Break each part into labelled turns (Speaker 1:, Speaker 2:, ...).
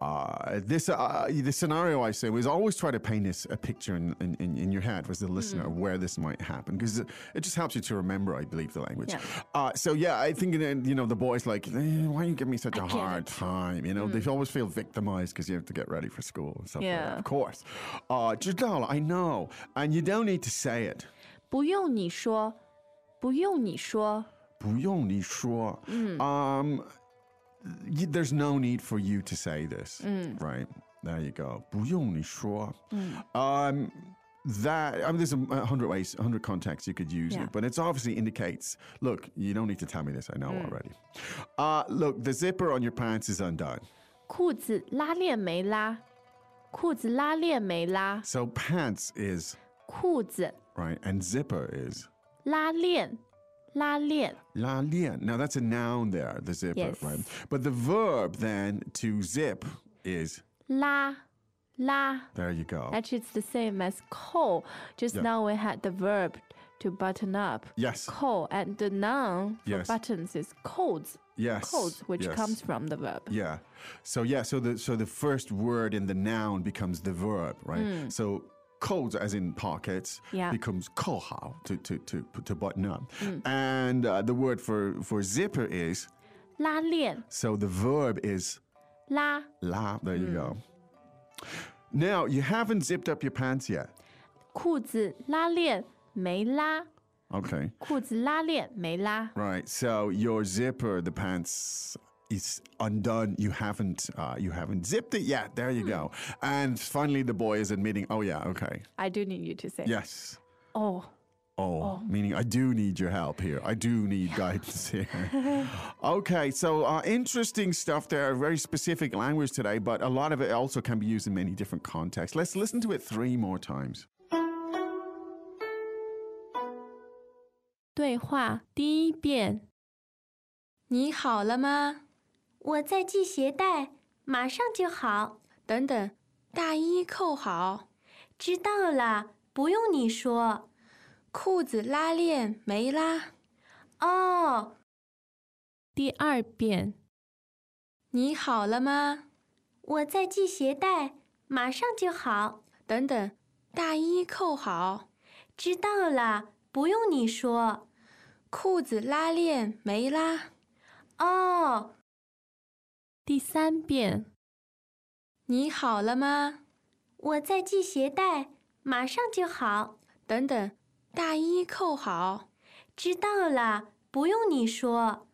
Speaker 1: uh, this uh, the scenario I say was always try to paint this a picture in, in, in, in your head as the listener
Speaker 2: Mm.
Speaker 1: of where this might happen because it, it just helps you to remember, I believe, the language.
Speaker 2: Yeah.
Speaker 1: Uh, so yeah, I think uh, you know the boys like "Eh, why you give me such a
Speaker 2: get Mm.
Speaker 1: hard time? You know they always feel victimized because you have to get ready for school and stuff. like that,
Speaker 2: Yeah.
Speaker 1: of course. Uh, Jadala, I know, and you don't need to say it.
Speaker 2: 不用你说，不用你说。
Speaker 1: 不用你说. Um, y- there's no need for you to say this, right? There you go. 不用你说. Um, that I mean, there's a m- a hundred ways, a hundred contexts you could use
Speaker 2: Yeah.
Speaker 1: it, but it's obviously indicates.
Speaker 2: Mm.
Speaker 1: Look, you don't need to tell me this. I know already. Uh, look, the zipper on your pants is undone.
Speaker 2: 裤子拉链没拉，裤子拉链没拉，
Speaker 1: So pants is
Speaker 2: 裤子
Speaker 1: right, and zipper is
Speaker 2: 拉链，拉链
Speaker 1: la lian. Now that's a noun there, the zipper,
Speaker 2: Yes.
Speaker 1: right? But the verb then to zip is
Speaker 2: 拉拉。
Speaker 1: there. You go.
Speaker 2: Actually, it's the same as coal. Just
Speaker 1: Yeah.
Speaker 2: now we had the verb to button up.
Speaker 1: yes,
Speaker 2: Coal and the noun for
Speaker 1: Yes.
Speaker 2: buttons is colds.
Speaker 1: yes,
Speaker 2: Colds, which
Speaker 1: yes.
Speaker 2: comes from the verb.
Speaker 1: Yeah. So yeah, so the so the first word in the noun becomes the verb, right? So codes as in pockets
Speaker 2: Hmm. Yeah. Hmm.
Speaker 1: becomes kohao to to to to button up. And uh, the word for for zipper is
Speaker 2: 拉链，
Speaker 1: so the verb is
Speaker 2: 拉
Speaker 1: la. There
Speaker 2: Hmm.
Speaker 1: you go. Now, you haven't zipped up your pants yet.
Speaker 2: 裤子拉链没拉，
Speaker 1: Okay.
Speaker 2: 裤子拉链没拉，
Speaker 1: Right. So your zipper, the pants is undone. You haven't uh, you haven't zipped it yet. There you go. And finally the boy is admitting, "Oh yeah, okay.
Speaker 2: I do need you to say.
Speaker 1: Yes.
Speaker 2: Oh,
Speaker 1: Oh, meaning I do need your help here. I do need guidance here. okay, so uh, interesting stuff there. Very specific language today, but a lot of it also can be used in many different contexts. Let's listen to it three more times.
Speaker 2: 对话第一遍，
Speaker 3: 你好了吗？
Speaker 4: 我在系鞋带，马上就好。
Speaker 3: 等等，大衣扣好，
Speaker 4: 知道了，不用你说。
Speaker 3: 裤子拉链没拉。
Speaker 4: 哦，
Speaker 2: 第二遍，
Speaker 3: 你好了吗？
Speaker 4: 我在系鞋带，马上就好。
Speaker 3: 等等，大衣扣好，
Speaker 4: 知道了，不用你说。
Speaker 3: 裤子拉链没拉。
Speaker 4: 哦，
Speaker 2: 第三遍，
Speaker 3: 你好了吗？
Speaker 4: 我在系鞋带，马上就好。
Speaker 3: 等等，大衣扣好，
Speaker 4: 知道了，不用你说。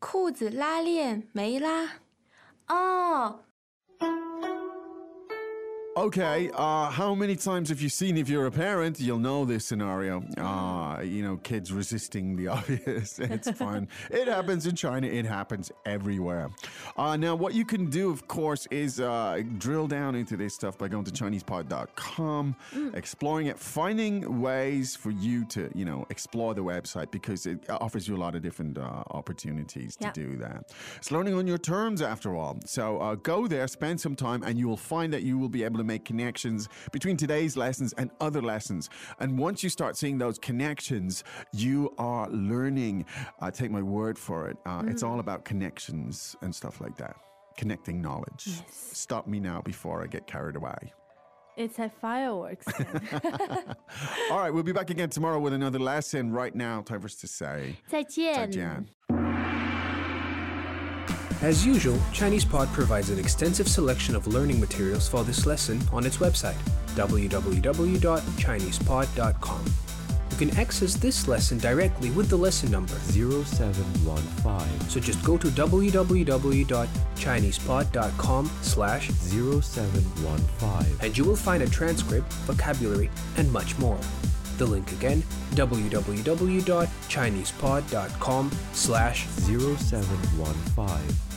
Speaker 3: 裤子拉链没拉。
Speaker 4: 哦，
Speaker 1: Okay, uh, how many times have you seen, if you're a parent, you'll know this scenario. Uh, you know, kids resisting the obvious. It's fun. it happens in China, it happens everywhere. Uh, now, what you can do, of course, is uh, drill down into this stuff by going to ChinesePod.com, exploring it, finding ways for you to, you know, explore the website because it offers you a lot of different uh, opportunities to
Speaker 2: Yeah.
Speaker 1: do that. It's learning on your terms, after all. So uh, go there, spend some time, and you will find that you will be able to make connections between today's lessons and other lessons. And once you start seeing those connections, you are learning. Uh, take my word for it. Uh, It's all about connections and stuff like that. Connecting knowledge. Stop me now before I get carried away.
Speaker 2: It's a fireworks.
Speaker 1: All right, we'll be back again tomorrow with another lesson. Right now, time for us to say,
Speaker 2: 再见。
Speaker 1: Zaijian.
Speaker 5: As usual, ChinesePod provides an extensive selection of learning materials for this lesson on its website, www.chinesepod.com. You can access this lesson directly with the lesson number,
Speaker 6: 0715
Speaker 5: so just go to www.chinesepod.com slash
Speaker 6: 0715
Speaker 5: and you will find a transcript, vocabulary, and much more. The link again, www.chinesepod.com slash
Speaker 6: 0715